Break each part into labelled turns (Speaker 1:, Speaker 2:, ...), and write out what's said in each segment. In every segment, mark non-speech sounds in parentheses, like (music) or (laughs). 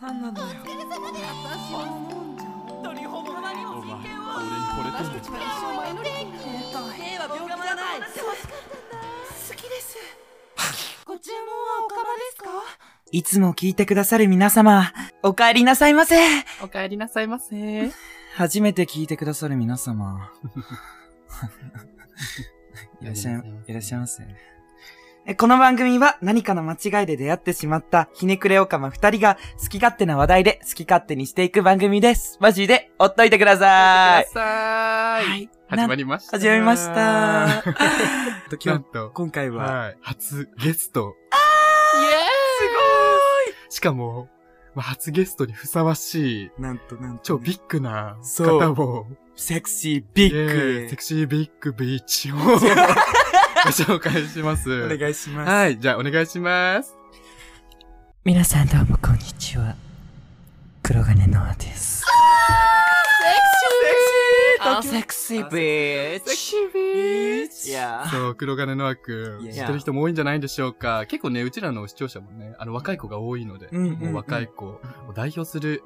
Speaker 1: 何なのよ私は飲んじゃおう
Speaker 2: ドリホモにも
Speaker 3: お前
Speaker 2: 人権を
Speaker 3: 俺に惚れてん
Speaker 1: 私
Speaker 3: の
Speaker 1: たちは一生前乗り切れた兵は病気じゃない
Speaker 2: 僕
Speaker 1: 好きですご注文はおかまですか
Speaker 4: いつも聞いてくださる皆様、お帰りなさいませ。
Speaker 5: お帰りなさいませ。
Speaker 4: 初めて聞いてくださる皆
Speaker 3: (laughs)
Speaker 4: 様。いらっしゃい、いらっしゃいませ。えこの番組は何かの間違いで出会ってしまったひねくれおかま二人が好き勝手な話題で好き勝手にしていく番組です。マジで、ほっといてください。
Speaker 5: くださーい。
Speaker 4: い。
Speaker 3: 始ま
Speaker 4: り
Speaker 3: りました。
Speaker 4: 始めまし。た。
Speaker 3: (laughs) なんと、
Speaker 4: 今回は、
Speaker 3: はい。初ゲスト。しかも、まあ、初ゲストにふさわしい、
Speaker 4: なんとなんと、
Speaker 3: 超ビッグな
Speaker 4: そう
Speaker 3: 方を、
Speaker 4: セクシービ
Speaker 3: イエ
Speaker 4: ッ
Speaker 3: ーイ
Speaker 4: グ
Speaker 3: セ。クシービッグビーチを、
Speaker 4: (laughs)
Speaker 3: ご紹介します。
Speaker 4: お願いします。
Speaker 3: はい、じゃあお願いします。
Speaker 4: 皆さんどうもこんにちは。黒金のあです。
Speaker 5: あ
Speaker 4: セクシービー
Speaker 5: セク
Speaker 4: チ
Speaker 5: シービーチ。
Speaker 4: いや
Speaker 3: そう、黒金のあくん、
Speaker 4: いや
Speaker 3: 知ってる人も多いんじゃないでしょうか。結構ね、うちらの視聴者もね、あの、若い子が多いので、
Speaker 4: うんうんうん
Speaker 3: もう若い子を代表する、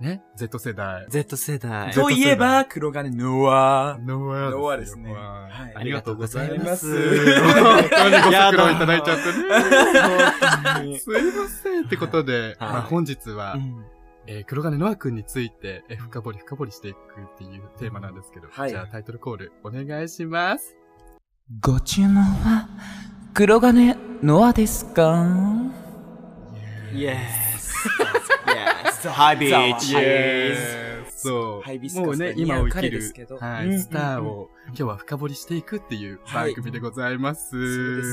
Speaker 3: ね、Z 世代。
Speaker 4: Z 世
Speaker 3: Z 世代
Speaker 4: 代。といえば、黒金ノア。
Speaker 3: ノア
Speaker 4: ノアですね
Speaker 3: ノア
Speaker 4: はい
Speaker 3: ありがとうございます。
Speaker 4: ありがとうございま
Speaker 3: (laughs)
Speaker 4: す
Speaker 3: 本当にご苦労いただいちゃってね。
Speaker 4: に
Speaker 3: すいません。ってことで、まあ本日は
Speaker 4: う、ん
Speaker 3: えー黒金ノア君について、えー深掘り深掘りしていくっていうテーマなんですけど、
Speaker 4: はい
Speaker 3: じゃあタイトルコールお願いします。
Speaker 4: ご注文は、黒金ノアですかイエス。
Speaker 6: Hi, bitch.
Speaker 4: イエ
Speaker 3: ーイそう。
Speaker 4: ハイビスカス
Speaker 3: もうね、
Speaker 4: が似
Speaker 3: 今
Speaker 4: 合う
Speaker 3: を生き
Speaker 4: 彼ですけ
Speaker 3: る
Speaker 4: ど、
Speaker 3: は
Speaker 4: うんうんう
Speaker 3: い、
Speaker 4: ん
Speaker 3: スターを今日は深掘りしていくっていう
Speaker 4: は
Speaker 3: 番
Speaker 4: い
Speaker 3: 組でございます。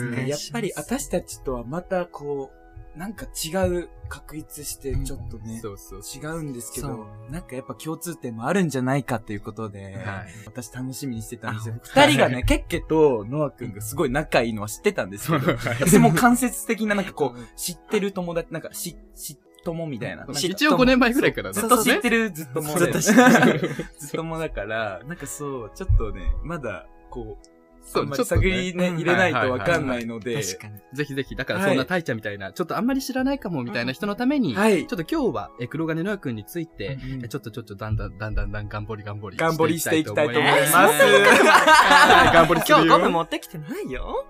Speaker 4: そうですね。やっぱり
Speaker 3: します
Speaker 4: 私たちとはまたこう、なんか違う確立して、ちょっとね、
Speaker 3: そうそう。
Speaker 4: 違うんですけ
Speaker 3: そ
Speaker 4: ど、なんかやっぱ共通点もあるんじゃないかということで、
Speaker 3: はい。
Speaker 4: 私楽しみにしてたんですよ。
Speaker 3: あ
Speaker 4: 二人がね、ケッケとノア君がすごい仲いいのは知ってたんで
Speaker 3: (laughs)
Speaker 4: すけど、私も間接的ななんかこう、知ってる友達、なんかし、しっともみたいな。
Speaker 3: まあ一応5年前ぐらいからね
Speaker 4: ずっと知ってる、ずっとも。
Speaker 3: ずっと知
Speaker 4: (laughs) ず
Speaker 3: っ
Speaker 4: って
Speaker 3: る
Speaker 4: ともだから、なんかそう、ちょっとね、まだ、こう、
Speaker 3: そ
Speaker 4: あん
Speaker 3: う、
Speaker 4: ま
Speaker 3: ちょ
Speaker 4: り
Speaker 3: っと
Speaker 4: 探
Speaker 3: ね、
Speaker 4: りね、入れないとわかんないので、
Speaker 6: 確かに。
Speaker 3: ぜひぜひ、だから
Speaker 4: はい
Speaker 3: そんなタイちゃんみたいな、ちょっとあんまり知らないかもみたいな人のために、ちょ
Speaker 4: はい
Speaker 3: っ。と今日は、え、黒金のやくんについて、
Speaker 4: うん
Speaker 3: えちょっとちょっとだんだん、だんだんだん、頑張り頑張り。
Speaker 4: 頑張りしていきたいと思い
Speaker 3: ま。
Speaker 4: ますす。 (laughs)
Speaker 3: はい頑張りす
Speaker 6: 今
Speaker 3: る
Speaker 6: 日
Speaker 3: よ
Speaker 6: ゴム持ってきてないよ。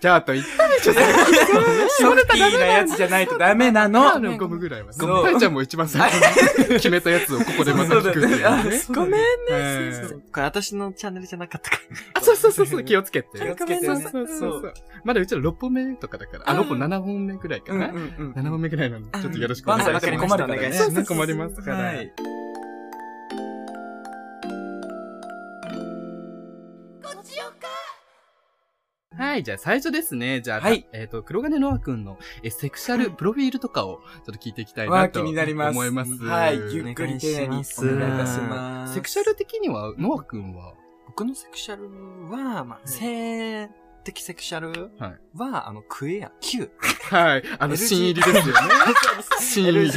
Speaker 3: じゃあ、あと言ったでしょ、さっ
Speaker 4: ソフティーなやつじゃないとダメなの。
Speaker 3: きのゴムぐらいは。
Speaker 4: そう
Speaker 3: ゴムタイちゃんも一番最
Speaker 4: (laughs)
Speaker 3: 初に決めたやつをここでまた聞くっていうね。
Speaker 4: ごめん。
Speaker 3: はい
Speaker 6: これ私のチャンネルじゃなかったから。
Speaker 3: あそうそうそうそう、気をつけて。
Speaker 4: 気をつけてね
Speaker 3: そうそうそうそう。まだうちら6本目とかだから、あ、
Speaker 4: うん
Speaker 3: 6本7本目ぐらいか
Speaker 4: うんう
Speaker 3: な。
Speaker 4: んうん。
Speaker 3: 7本目ぐらいなので、ちょっとよろしくお
Speaker 4: バ
Speaker 3: 願
Speaker 4: ン
Speaker 3: いし
Speaker 4: さん
Speaker 3: ま
Speaker 4: ばっ
Speaker 3: す。
Speaker 4: かり困るから
Speaker 6: お
Speaker 4: ね。
Speaker 6: 願いし
Speaker 3: ますそうそう困りますから
Speaker 4: はい。
Speaker 3: はい、じゃあ最初ですね。じゃあ、
Speaker 4: はい
Speaker 3: えっ、と、黒金ノア君のえセクシャルプロフィールとかをちょっと聞いていきたい
Speaker 4: わ
Speaker 3: な
Speaker 4: あ、
Speaker 3: と
Speaker 4: 気
Speaker 3: 思
Speaker 4: に
Speaker 3: い
Speaker 4: な
Speaker 3: ます。
Speaker 4: ります。はい。ゆっくり丁寧にお願いいたします。
Speaker 3: セクシャル的には、ノア君は、
Speaker 6: 僕のセクシャルは、まあ、性的セクシャル
Speaker 3: はい
Speaker 6: は、あの、クエア、Q。
Speaker 3: はい、あの、新入りですよね。新入り。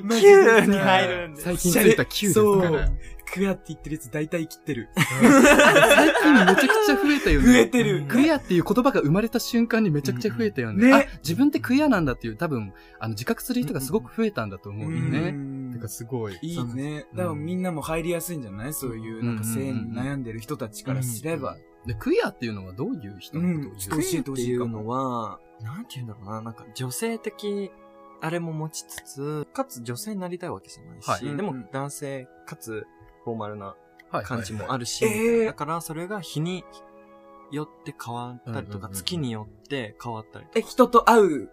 Speaker 6: LGBTQ に入るんで。
Speaker 3: 最近ついた Q ですから。
Speaker 4: クヤって言ってるやつ大体切ってる。
Speaker 3: 最近めちゃくちゃ増えたよね。
Speaker 4: 増えてる
Speaker 3: クエアっていう言葉が生まれた瞬間にめちゃくちゃ増えたよね。
Speaker 4: うん
Speaker 3: あ
Speaker 4: ね
Speaker 3: 自分ってクエアなんだっていう、多分、あの、自覚する人がすごく増えたんだと思うよね。てか、すごい。
Speaker 4: いいね。多分みんなも入りやすいんじゃないそういう、なんか性に悩んでる人たちからすれば。
Speaker 3: で、クエアっていうのはどういう人のことを
Speaker 4: う
Speaker 3: 言う
Speaker 4: ん教えて
Speaker 6: っ
Speaker 4: ほ
Speaker 6: て
Speaker 4: し
Speaker 6: い
Speaker 4: いか
Speaker 6: う
Speaker 4: も
Speaker 6: のは、なんて言うんだろうな、なんか女性的、あれも持ちつつ、かつ女性になりたいわけじゃないし、
Speaker 3: はい
Speaker 6: で
Speaker 4: うんう
Speaker 6: も
Speaker 4: ん
Speaker 6: 男性、かつフォーマルな
Speaker 3: はい
Speaker 6: 感じもあるし、
Speaker 4: はいはいはい
Speaker 6: みたいな
Speaker 4: えー
Speaker 6: だからそれが日によって変わったりとか、
Speaker 3: うんうんうんうん
Speaker 6: 月によって変わったりとか。
Speaker 4: え、人と会う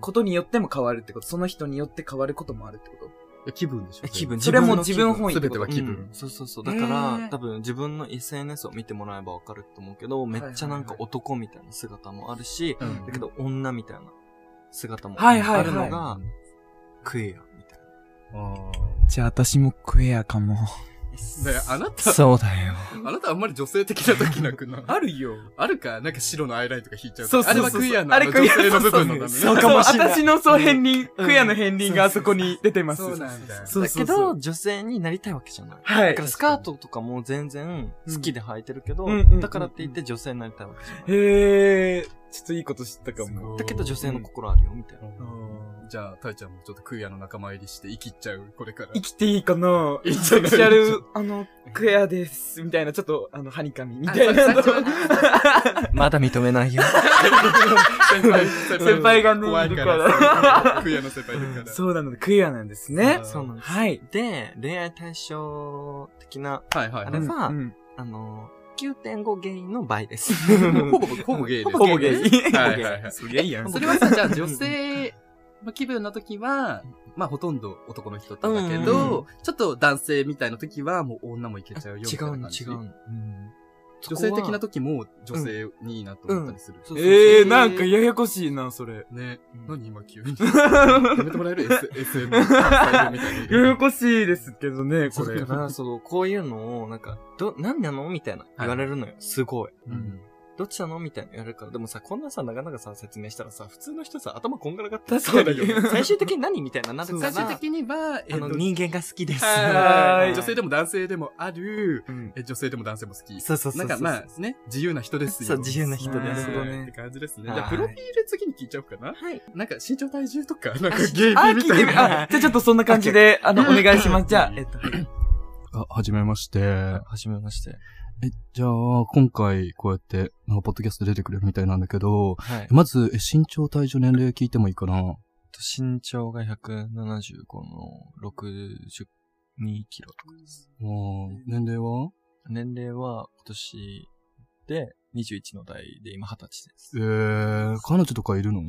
Speaker 4: ことによっても変わるってことその人によって変わることもあるってこと
Speaker 3: 気分でしょ
Speaker 6: え気分
Speaker 4: それも
Speaker 6: 自
Speaker 4: 自
Speaker 6: 分の
Speaker 4: 分本
Speaker 6: 気分
Speaker 4: 位ってこと
Speaker 3: 全ては気分
Speaker 6: うんそうそうそう。だから、
Speaker 4: えー
Speaker 6: 多分自分の SNS を見てもらえばわかると思うけど、めっちゃなんか男みたいな姿もあるし、
Speaker 3: うん
Speaker 6: だけど女みたいな姿も
Speaker 4: はいはいはい
Speaker 6: あるのが、クエアみたいな。
Speaker 4: じゃあ私もクエアかも。
Speaker 3: で、あなた、
Speaker 4: そうだよ。
Speaker 3: あなたあんまり女性的な時なくない
Speaker 4: あるよ。
Speaker 3: あるかなんか白のアイラインとか引いちゃう
Speaker 4: そう
Speaker 3: とか。
Speaker 4: そうそ
Speaker 3: あれは
Speaker 4: う
Speaker 3: クイアのあの女性の部分のため
Speaker 4: そう
Speaker 6: かもしれない
Speaker 4: 私のそう、片鱗、
Speaker 6: うん
Speaker 4: クエアの片鱗があそこに出てます。
Speaker 3: そうなんだよ。
Speaker 4: そう
Speaker 6: だ
Speaker 4: そ
Speaker 6: け
Speaker 4: うそ
Speaker 6: ど、
Speaker 4: う。
Speaker 6: 女性になりたいわけじゃない。
Speaker 4: は
Speaker 6: だ
Speaker 4: い
Speaker 6: か。らスカートとかも全然好きで履いてるけど
Speaker 4: うんうんうんう、ん
Speaker 6: だからって言って女性になりたいわけじゃない。
Speaker 4: へー。
Speaker 2: ちょっといいこと知ったかも。
Speaker 6: だけど女性の心あるよ、みたいな。
Speaker 2: うん
Speaker 3: じゃあ、たいちゃんもちょっとクイアの仲間入りして生きっちゃう、これから
Speaker 4: 生。きていいかな
Speaker 3: 生きてい
Speaker 4: セ
Speaker 3: い
Speaker 4: クシャル、あの、クエアです。みたいな、ちょっと、あの、ハニカミみたいな
Speaker 5: あ
Speaker 4: の。
Speaker 5: そうそう
Speaker 6: まだ認めな
Speaker 4: (laughs)
Speaker 6: いよ。
Speaker 3: (laughs) 先輩、
Speaker 4: 先輩がね
Speaker 3: 怖いか
Speaker 4: いる
Speaker 3: ら。クイアの先輩いるから。
Speaker 4: そうなので、クエアなんですね。
Speaker 6: (laughs) そうなんです。
Speaker 4: はい。
Speaker 6: で、恋愛対象的な、
Speaker 3: はいはい
Speaker 6: あれ
Speaker 3: は
Speaker 6: は
Speaker 4: うんうん
Speaker 6: あの、9.5ゲイの倍
Speaker 3: (laughs)
Speaker 6: です。 (laughs)
Speaker 3: い。もうほぼ、ほぼゲイです。
Speaker 4: ほぼゲイ。
Speaker 3: はいはいはい。
Speaker 4: そりゃいいや
Speaker 3: (laughs)
Speaker 4: ん。
Speaker 3: それはさ、じゃあ女性の気分の時は、まあほとんど男の人とだけ
Speaker 6: うんうんう
Speaker 3: ど、ちょっと男性みたいな時はもう女もいけちゃうよみ
Speaker 6: 違
Speaker 3: たいうな
Speaker 6: の
Speaker 3: 感じ。
Speaker 6: 違うの。
Speaker 3: 女性的な時も女性にいいなと思ったりする。
Speaker 6: そうそう
Speaker 4: ええー、なんかややこしいな、それ。
Speaker 3: ね、
Speaker 6: うん
Speaker 3: 何今急 (laughs) に。やめてもらえる S ?SM 関西弁みたいに。
Speaker 4: ややこしいですけどね、こ
Speaker 6: そう
Speaker 4: れ
Speaker 6: だ。から、そう、こういうのを、なんか、ど、何なのみたいな言われるのよ。すごい。
Speaker 3: うん
Speaker 6: どっちなのみたいな言われるから。でもさ、こんなさ、なかなかさ、説明したらさ、普通の人さ、頭こんがらがって
Speaker 4: 確かに
Speaker 6: そうだよ最終的に何みたいな、なる
Speaker 3: 最
Speaker 6: から、
Speaker 3: 終
Speaker 6: あ
Speaker 3: 的には、えっと
Speaker 6: の、人間が好きです。
Speaker 3: は
Speaker 4: はー
Speaker 3: い
Speaker 4: い
Speaker 3: 女性でも男性でもある、
Speaker 6: うん
Speaker 3: え女性でも男性も好き。
Speaker 6: そうそうそうそう。
Speaker 3: なんかまあね、自由な人ですよ。
Speaker 6: そう、自由な人
Speaker 4: そう
Speaker 6: で
Speaker 3: な
Speaker 6: す。
Speaker 3: る
Speaker 4: ね
Speaker 3: ほどね。って感じですね。
Speaker 6: はい
Speaker 3: じゃあ、プロフィール次に聞いちゃおうかな。
Speaker 6: はい。
Speaker 3: なんか身長体重とか、なんかゲ
Speaker 4: あ、
Speaker 3: ーム
Speaker 4: 聞
Speaker 3: み
Speaker 4: いて
Speaker 3: たい
Speaker 4: み
Speaker 3: な。
Speaker 4: あ、じゃあちょっとそんな感じで、あの、お願いします。じゃあ、えっと、
Speaker 3: あ、はじめまして。
Speaker 6: はじめまして。
Speaker 3: え、じゃあ、今回、こうやって、なんか、ポッドキャスト出てくれるみたいなんだけど、
Speaker 6: はい。
Speaker 3: まず、身長、体重、年齢聞いてもいいかな
Speaker 6: 身長が175の62キロとかです。
Speaker 3: うん。年齢は
Speaker 6: 年齢は今年で21の代で今20歳です
Speaker 3: え。ー、彼女とかいるの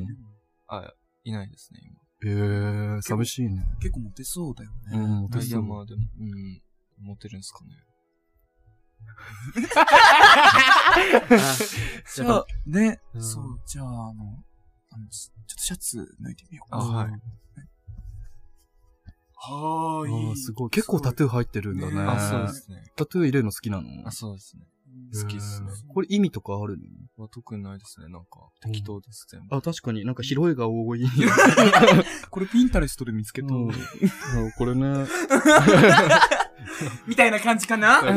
Speaker 6: あ、いないですね、今。
Speaker 3: えー、寂しいね。
Speaker 2: 結構モテそうだよ
Speaker 3: う
Speaker 2: ね。
Speaker 3: ん、モテ
Speaker 6: い
Speaker 3: そ
Speaker 6: や、
Speaker 3: う。
Speaker 6: まあでも、うん、モテるんすかね。
Speaker 4: そう、
Speaker 2: ね、
Speaker 6: うん
Speaker 2: そう、じゃあ、あの、あの、ちょっとシャツ脱いでみようか
Speaker 6: あ、はい。
Speaker 2: は
Speaker 3: あ
Speaker 2: ー
Speaker 3: ー
Speaker 2: い。
Speaker 3: すごい。結構タトゥー入ってるんだね。
Speaker 2: ね
Speaker 6: あ、そうですね。
Speaker 3: タトゥー入れるの好きなの
Speaker 6: あ、そうですね。
Speaker 2: ー
Speaker 6: 好きっすね。
Speaker 3: これ意味とかあるの
Speaker 6: は特にないですね、なんか。適当です、全部。
Speaker 3: あ、確かになんか広いが多い。
Speaker 2: これピンタレストで見つけた。
Speaker 3: うんこれね。
Speaker 4: (laughs) みたいな感じかな
Speaker 6: 感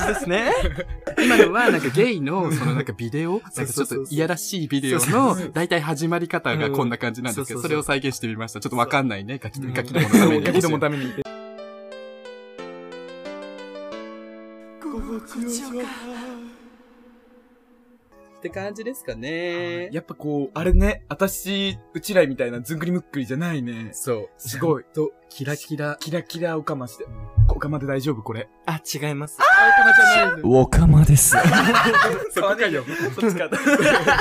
Speaker 6: じですね。
Speaker 3: 今のはなんかゲイの、 (laughs) そのなんかビデオ、なんかち
Speaker 2: そ
Speaker 3: ょ
Speaker 2: う
Speaker 3: っ
Speaker 2: そうそう
Speaker 3: といやらしいビデオの、だいたい始まり方がこんな感じなんですけど、
Speaker 6: うん
Speaker 3: それを再現してみました。ちょっとわかんないね。ガキ、
Speaker 6: うん
Speaker 3: ガキどものために。
Speaker 6: ガキどもの
Speaker 3: ために。って感じですかね。
Speaker 4: やっぱこう、あれね、私、うちらみたいなずんぐりむっくりじゃないね。
Speaker 3: そう。
Speaker 4: すごい。
Speaker 3: と、キラキラ。
Speaker 4: キラキラオカマして。オカマで大丈夫これ。
Speaker 6: あ、違います。
Speaker 2: おかまです。
Speaker 3: そこかよ。
Speaker 4: そっちか。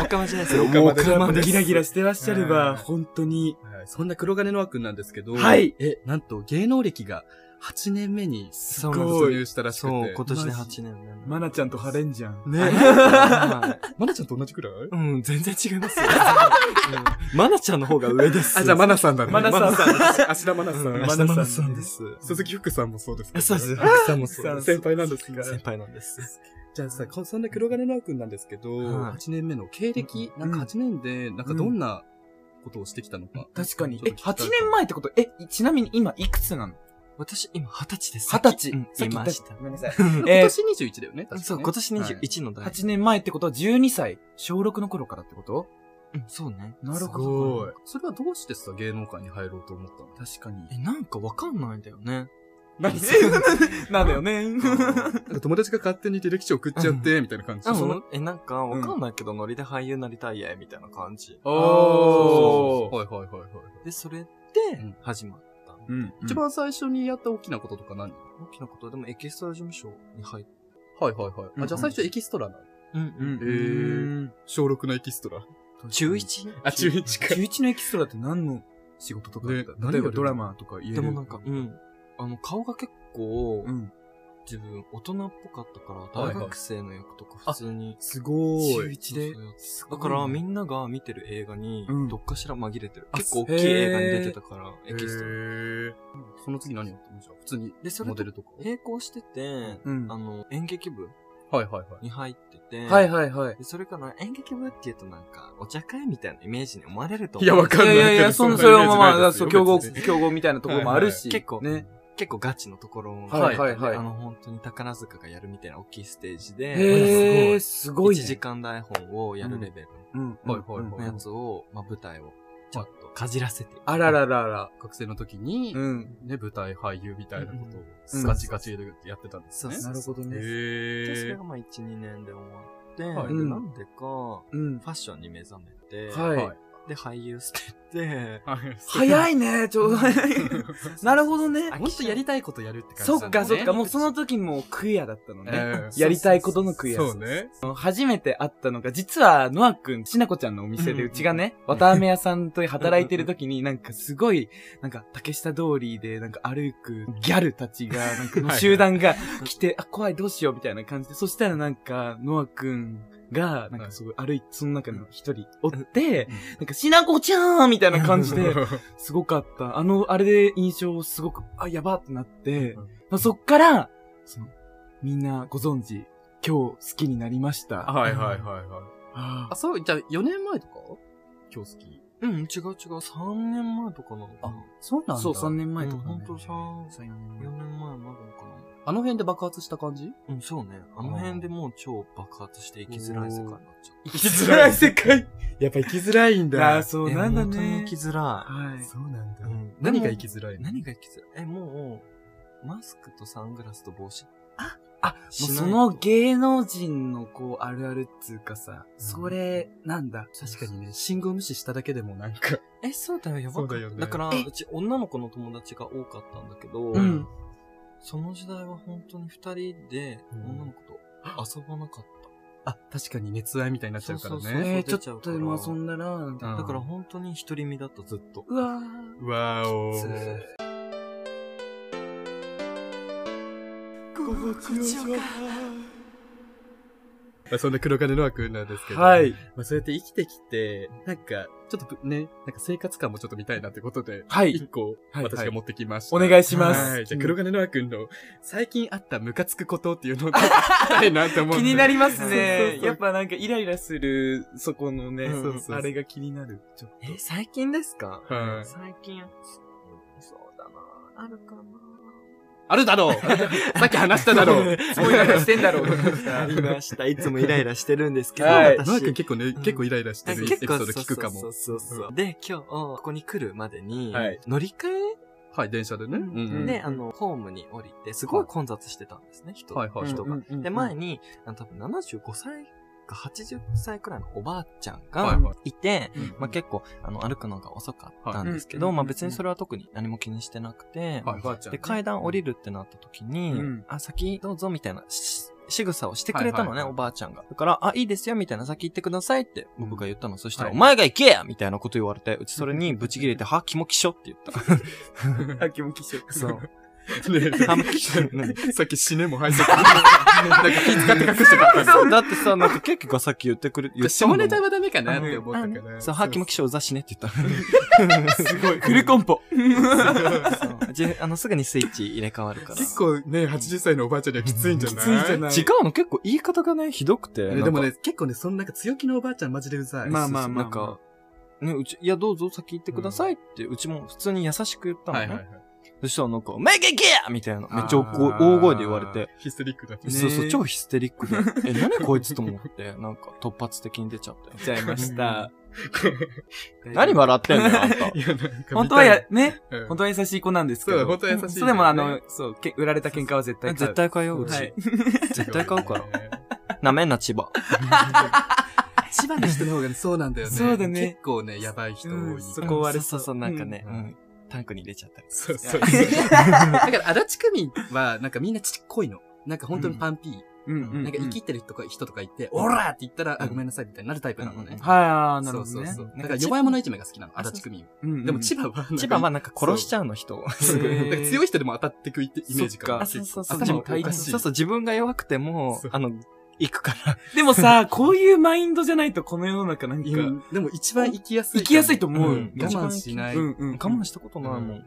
Speaker 6: おかまじゃないですよ。
Speaker 2: おかま
Speaker 4: ギラギラしてらっしゃれ
Speaker 3: うん
Speaker 4: ば、本当に。
Speaker 3: そんな黒金の枠なんですけど、
Speaker 4: はい
Speaker 3: え、なんと芸能歴が8年目に
Speaker 6: そうなんです
Speaker 3: 導入したらしくて。
Speaker 6: そう、今年で
Speaker 4: マ
Speaker 6: 8年目。
Speaker 4: マナちゃんとハレンジゃん。
Speaker 3: ね
Speaker 6: はい
Speaker 3: まなちゃんと同じくらい
Speaker 6: うん、全然違いますよ。うんマナちゃんの方が上です。
Speaker 3: あ、じゃあ、マナさんだね。
Speaker 4: マナさん
Speaker 3: ん。芦田マナさ
Speaker 6: うん
Speaker 3: ん。。
Speaker 6: マナさんですす。
Speaker 3: 鈴木福さんもそうですけど。
Speaker 6: そうです。さんもそうです。
Speaker 3: 先輩なんですが。
Speaker 6: 先輩なんです。
Speaker 3: じゃあさ、こそんな黒金の君なんですけど、
Speaker 6: はい
Speaker 3: 8年目の経歴、
Speaker 4: うん
Speaker 3: なんか8年で、なんかどんなことをしてきたのか。
Speaker 4: 確かに。
Speaker 3: ち
Speaker 4: え、
Speaker 3: ょっと聞きたい
Speaker 4: 8年前ってことえ、ちなみに今いくつなの
Speaker 6: 私、今、二十歳です。
Speaker 4: 二十歳
Speaker 6: うん
Speaker 4: さっ
Speaker 6: い
Speaker 4: き言
Speaker 6: ま
Speaker 4: った
Speaker 6: した。
Speaker 4: ごめんなさい。
Speaker 3: 今
Speaker 4: えー、
Speaker 3: 年21だよね、確かにね
Speaker 6: そう、今年
Speaker 3: はい
Speaker 6: 21の代。
Speaker 4: 8年前ってことは12歳、小6の頃からってこと
Speaker 6: うんそうね。
Speaker 4: なる
Speaker 3: す
Speaker 4: ほど。
Speaker 3: ごい。それはどうしてさ、芸能界に入ろうと思ったの確かに。
Speaker 6: え、なんかわかんないんだよ
Speaker 4: (laughs)
Speaker 6: ね。
Speaker 3: 何
Speaker 4: なんだよね。
Speaker 3: 友達が勝手に履歴書送っちゃって、みたいな感じ。
Speaker 6: あ
Speaker 3: そ
Speaker 6: の
Speaker 3: の
Speaker 6: え、なんか、わかんないけど、ノリで俳優なりたいや、みたいな感じ。
Speaker 3: おー。はいはいはいはい。
Speaker 6: で、それで
Speaker 3: うん、
Speaker 6: 始まる。
Speaker 2: うん。
Speaker 3: 一番最初にやった大きなこととか何
Speaker 6: 大きなことは、でも、エキストラ事務所に入って。
Speaker 3: はいはいはい。
Speaker 2: うん
Speaker 3: あ、じゃあ最初エキストラなの
Speaker 6: うん
Speaker 3: えー、小6のエキストラ。
Speaker 6: 中 1?
Speaker 3: あ、中1か。
Speaker 4: 11のエキストラって何の仕事とかだっ
Speaker 3: ね
Speaker 4: た例えばドラマとか言える。
Speaker 6: でもなんか、うん。あの、顔が結構
Speaker 4: う、ん。
Speaker 6: 自分、大人っぽかったから、
Speaker 3: はいは
Speaker 6: 大
Speaker 3: い
Speaker 6: 学生の役とか普通に。
Speaker 3: すご
Speaker 4: 中
Speaker 3: い。
Speaker 4: 1で
Speaker 6: そう。そうやってだから、みんなが見てる映画に
Speaker 4: うん、
Speaker 6: どっかしら紛れてる。
Speaker 4: あ
Speaker 6: 結構大きい映画に出てたから、エキストラ。
Speaker 3: へーその次何やったのじゃあ普通に
Speaker 6: で、それ
Speaker 3: モ
Speaker 6: と
Speaker 3: デルとか。
Speaker 6: 並行してて、
Speaker 4: うん。
Speaker 6: あの、演劇部
Speaker 3: はいはいはい。
Speaker 6: に入ってて、
Speaker 4: はいはいはい。
Speaker 6: で、それから演劇部って言うとなんか、お茶会みたいなイメージに思われると思う。
Speaker 3: いや、わかんない
Speaker 4: い
Speaker 3: けど。
Speaker 4: やいやいや、その、
Speaker 3: ん
Speaker 4: それはまあ
Speaker 3: なイメ
Speaker 4: ま
Speaker 3: ー
Speaker 4: あ、
Speaker 3: ジ
Speaker 4: そ
Speaker 3: な
Speaker 4: う、
Speaker 3: いですよ別
Speaker 4: 競合、
Speaker 3: に
Speaker 4: 競合みたいなところもあるし。
Speaker 6: 結構、
Speaker 4: ね。
Speaker 6: 結構ガチのところ
Speaker 4: はいはいはい
Speaker 6: あの、本当に宝塚がやるみたいな大きいステージで、
Speaker 4: へー、すごい。
Speaker 6: 1時。間台本をやるレベルうん。
Speaker 3: はいはいはい
Speaker 6: のやつを、まあ舞台を、ちょっとかじらせて。
Speaker 3: あらららら。学生の時に、
Speaker 6: うん。
Speaker 3: ね、舞台俳優みたいなこと
Speaker 6: うん
Speaker 3: をガチガチでやってたんです
Speaker 6: そう
Speaker 3: ね。
Speaker 6: そう。
Speaker 3: る
Speaker 6: るほど
Speaker 3: へ
Speaker 6: それ
Speaker 3: ー
Speaker 6: がまあ1、2年で終わって、
Speaker 3: はい
Speaker 6: で
Speaker 3: うん
Speaker 6: なんでか、フ
Speaker 2: うん。
Speaker 6: ァッションに目覚めて、
Speaker 3: はい。
Speaker 6: で、俳優捨てて、
Speaker 4: 早いね、ちょ
Speaker 3: (laughs)
Speaker 4: うど。 (laughs) なるほどね。
Speaker 3: 本当やりたいことやるって感じ
Speaker 4: そっかそっか、もうそ
Speaker 3: の
Speaker 4: の時もうクイアだったのね。
Speaker 3: ね
Speaker 4: やりたいことのクイア。
Speaker 3: そうね。
Speaker 4: 初めて会ったのが、実は、ノア君、しなこちゃんのお店で、うちがね、綿飴屋さんと働いてる時に、なんかすごい、なんか、竹下通りで、なんか歩くギャルたち (laughs) が、なんかもう集団が来て、あ、怖い、どうしよう、みたいな感じで、そしたらなんか、ノア君が、なんかすごい歩いて、その中の一人おって、なんか、しなこちゃんみたいな感
Speaker 3: (laughs)
Speaker 4: じ (laughs) で、すごかった。あの、あれで印象すごく、あ、やばってなって、
Speaker 6: うん
Speaker 4: まあそっから、その、みんなご存知、今日好きになりました。
Speaker 3: はいはいはいはい。
Speaker 4: あ
Speaker 3: あ、そう、じゃあ4年前とか今日好き。
Speaker 6: うん、違う違う、3年前とかなのかな。
Speaker 3: そうなんだ。
Speaker 4: そう、3年前とか、
Speaker 6: ほん
Speaker 4: ね。
Speaker 6: と3、4年前までか
Speaker 3: あの辺で爆発した感じ
Speaker 6: な。うん、そうね。あの辺でもう超爆発して生きづらい世界になっちゃった。
Speaker 4: 生きづらい世界。
Speaker 3: やっぱ生きづらいん
Speaker 4: ああ、そう
Speaker 6: え
Speaker 4: なんだ
Speaker 6: 本当に
Speaker 4: ね
Speaker 6: 生。きづら
Speaker 4: (laughs) はい。
Speaker 3: そうなんだ
Speaker 6: い。うん
Speaker 3: 何が生きづらいの
Speaker 6: 何が生きづらいえ、もう、マスクとサングラスと帽子。
Speaker 4: あ、もう
Speaker 6: しないと
Speaker 4: その芸能人のこう、あるあるっつうかさ、それ、なんだ。
Speaker 3: 確かにね、信号無視しただけでもなんか。
Speaker 6: え、そうだよ、やば
Speaker 3: そう
Speaker 6: か
Speaker 3: だ
Speaker 6: っ
Speaker 3: よ
Speaker 6: た。
Speaker 3: ね
Speaker 6: だから、うち女の子の友達が多かったんだけど、
Speaker 4: うん
Speaker 6: その時代は本当に二人で
Speaker 3: うん
Speaker 6: 女の子と遊ばなかっ
Speaker 3: あ、確かに熱愛みたいになっちゃうから
Speaker 6: そうそうそう
Speaker 3: ね。
Speaker 4: えー、
Speaker 6: 出
Speaker 4: ち
Speaker 6: ちゃ
Speaker 4: ょっ
Speaker 6: うか
Speaker 4: と
Speaker 6: ら
Speaker 4: でも遊んだら、
Speaker 6: た。だから本当に独り身だった、ずっと。
Speaker 4: うわ
Speaker 3: わーお
Speaker 6: ず
Speaker 3: ー。
Speaker 1: ごごちおか
Speaker 3: まあそんな黒金の枠なんですけ
Speaker 4: ー
Speaker 3: ど。
Speaker 4: はい。。
Speaker 3: まあそうやって生きてきて、なんか、ちょっとね、なんか生活感もちょっと見たいなってことで、
Speaker 4: はい。
Speaker 3: 一個、
Speaker 4: はい
Speaker 3: 私が持ってきました。
Speaker 4: お願いします
Speaker 3: はい。じゃあ、黒金のあくんの、最近あったムカつくことっていうのを聞 (laughs) きたいなと思う
Speaker 4: (laughs) 気にな
Speaker 3: り
Speaker 4: ります
Speaker 3: そうそう
Speaker 4: ね
Speaker 3: そ。う
Speaker 4: やっぱなんかイライラする、そこのね、
Speaker 3: うんそうそう
Speaker 4: あれが気になる。ちょっと
Speaker 6: え、最近ですか
Speaker 3: はい
Speaker 6: 最近、うんそうだなあるかな
Speaker 3: あるだろうさっき話しただ (laughs) ろう
Speaker 4: そういう話してんだろう。
Speaker 6: ありました。いつもイライラしてるんですけど、
Speaker 4: はい
Speaker 3: ノア君
Speaker 6: 私。
Speaker 3: 結構ね、結構イライラしてるエピソード聞くか
Speaker 6: そ
Speaker 3: も
Speaker 6: う。そうそうそう。で、今日、ここに来るまでに
Speaker 3: はい、
Speaker 6: 乗り換
Speaker 3: はい、電車でね。うんう
Speaker 6: え
Speaker 3: ん
Speaker 6: で、あの、ホームに降りて、すごい混雑してたんですね、人
Speaker 3: はいはい
Speaker 6: 人が。で、前に、あの多分75歳か80歳くらいのおばあちゃんがいて、まあ結構、あの、歩くのが遅かったんですけど、
Speaker 4: はい
Speaker 6: まあ別にそれは特に何も気にしてなくて、
Speaker 3: はい、ばあちゃん
Speaker 6: で、。階段降りるってなった時に、
Speaker 4: うん
Speaker 6: あ、先どうぞみたいなし仕草をしてくれたの
Speaker 3: はい
Speaker 6: ね、
Speaker 3: はいはい
Speaker 6: おばあちゃんが。だから、あ、いいですよみたいな、先行ってくださいって僕が言ったの。そしたら、
Speaker 3: はい
Speaker 6: お前が行けやみたいなこと言われて、うちそれにブチ切れて、は、キモキショって言った。
Speaker 4: あ、気持ちいい。
Speaker 6: そう。
Speaker 3: ね
Speaker 6: あんまり
Speaker 3: さっき死ねも入ってた。なんか気遣って隠してたから。
Speaker 6: そうだってさ、なんかケーキがさっき言ってくれ、言って
Speaker 3: 下ネタ
Speaker 6: は
Speaker 3: はダメかなって思ったから。
Speaker 6: そう、は、キモキショうざしねって言ったの。
Speaker 3: すごい。
Speaker 4: フルコンポ。
Speaker 6: そうじ (laughs) あの、すぐにスイッチ入れ替わるか
Speaker 3: (laughs)
Speaker 6: ら。
Speaker 3: 結構ね、80歳のおばあちゃんにはきついんじゃない
Speaker 4: きついんじゃない
Speaker 6: 違うの結構言い方がね、ひどくて。
Speaker 3: ねでもね、結構ね、そんななんか強気のおばあちゃんマジでうざい。
Speaker 4: まあ
Speaker 6: そう
Speaker 4: ま
Speaker 6: そうなんか、ね、うち、いや、どうぞ先行ってくださいって、うちも普通に優しく言ったのね。
Speaker 3: はいはいはい。
Speaker 6: そしたらなんか、お前が行けやみたいな、めっちゃ大声
Speaker 3: あー
Speaker 6: 大声で言われて。。
Speaker 3: ヒステリックだった
Speaker 6: そうそう、超ヒステリックで。 (laughs) え、何こいつと思って、なんか突発的に出ちゃったよ。
Speaker 4: 出ちゃいました。
Speaker 6: 何笑ってんのよ、あん
Speaker 3: (laughs)
Speaker 6: た。
Speaker 3: いや、なんか見たい。
Speaker 4: 本当はや、ね、
Speaker 3: うん、
Speaker 4: 本当は優しい子なんですけど。
Speaker 3: そう本当は優しいよね
Speaker 4: そうでもあの、そう、け売られた喧嘩は絶対買う
Speaker 6: (laughs) 絶対買うよ、う
Speaker 4: は
Speaker 6: ち
Speaker 4: い。。
Speaker 6: 絶対買うから
Speaker 3: そうだよ (laughs) ね。
Speaker 6: なめんな、
Speaker 4: (laughs)
Speaker 6: 千葉。
Speaker 3: 千葉の人の方がねそうなんだよね。
Speaker 4: そうだね
Speaker 3: 結構ね、やばい人
Speaker 4: う
Speaker 3: 多い。
Speaker 4: んそこはあれ
Speaker 6: そうそう、なんかね、
Speaker 3: う
Speaker 6: うんん。タンクに入れちゃったり。
Speaker 3: そうそう。だから、足立区民は、なんかみんなちっこいの。なんか本当にパンピー。
Speaker 4: うんうん。
Speaker 3: なんか生きてる人が人とかいて、オラーって言ったら、あ、ごめんなさいみたいになるタイプなのね。
Speaker 4: はい、あーなる
Speaker 3: そ
Speaker 4: ほ
Speaker 3: う
Speaker 4: ど
Speaker 3: そう
Speaker 4: ね
Speaker 3: そう。。だから弱い者いじめが好きなの、足立区民は。
Speaker 4: うんうん
Speaker 3: でも千葉は、
Speaker 6: 千葉は
Speaker 3: ね、
Speaker 6: なんか殺しちゃうの、人を。
Speaker 3: すごい
Speaker 4: へ
Speaker 3: だ
Speaker 4: ー
Speaker 3: から強い人でも当たってくいってイメージ
Speaker 6: そっ
Speaker 3: が。
Speaker 6: かそうそうそう。
Speaker 3: 頭
Speaker 6: 自
Speaker 3: もおか
Speaker 6: 分
Speaker 3: しい。
Speaker 6: そうそう、自分が弱くても
Speaker 3: そう、
Speaker 6: あの、行くから。
Speaker 4: でもさ、こういうマインドじゃないとこの世の中なんか、
Speaker 3: うんでも一番生きやすい。
Speaker 4: 生きやすいと思う。
Speaker 3: うん我慢しない。
Speaker 4: うんうん。
Speaker 6: 我慢したことないもん。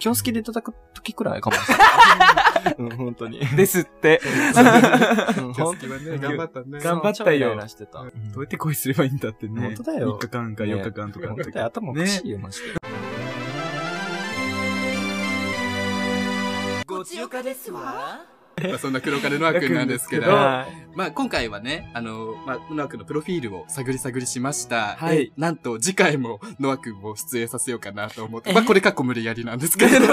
Speaker 6: 気をつけていただくときくらいかもしれない。うん、本当に。
Speaker 4: ですって。
Speaker 3: (laughs)
Speaker 6: うん (laughs) 本当
Speaker 3: はね
Speaker 6: 頑張
Speaker 3: ったね
Speaker 6: (laughs)
Speaker 4: 頑張ったよ
Speaker 6: 超イライラしてた。
Speaker 3: う
Speaker 4: どうやって恋すればいいんだってね。
Speaker 6: 本当だ
Speaker 4: 3
Speaker 6: よ
Speaker 4: 日間か4日間とかの
Speaker 6: 本当
Speaker 4: 時。
Speaker 6: だよ、頭おかしいよ、マジで。
Speaker 1: ごちおかですわ
Speaker 3: まあそんな黒金ノア君なんですけど、
Speaker 6: (laughs) はい
Speaker 3: まあ今回はね、あの、まあ、ノア君のプロフィールを探り探りしました。
Speaker 4: は
Speaker 3: え
Speaker 4: い
Speaker 3: なんと次回もノア君を出演させようかなと思って、まあこれ過去無理やりなんですけど。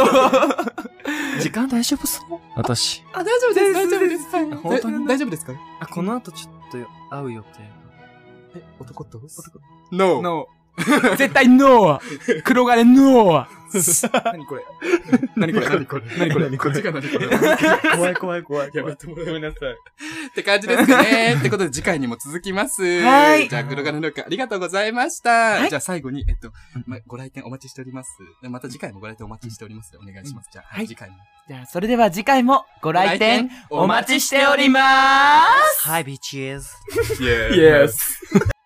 Speaker 6: 時間大丈夫そう私。
Speaker 3: あ、大丈夫です、大丈夫です。はい
Speaker 6: 本当に
Speaker 3: 大丈夫ですか
Speaker 6: あ、この後ちょっと会う予定。
Speaker 3: え、男と男 ?No!
Speaker 4: ノー。 (laughs) 絶対ノー黒金ノー (laughs)
Speaker 2: 何これ
Speaker 3: 何これ何これ何これこっちが何これ
Speaker 6: (laughs) 怖い怖い怖い。
Speaker 3: やめ
Speaker 6: てもらえごめんなさい。
Speaker 3: (laughs) って感じですかね。ってことで次回にも続きます。
Speaker 4: はい
Speaker 3: じゃあ、黒金のくありがとうございました。じゃあ最後に、えっと、ま、ご来店お待ちしております。でまた次回もご来店お待ちしております。お願いします。じゃあ、はい、次回も。
Speaker 4: じゃあ、それでは次回もご来店お待ちしております
Speaker 6: はい、ビーチーズ。
Speaker 3: Yes.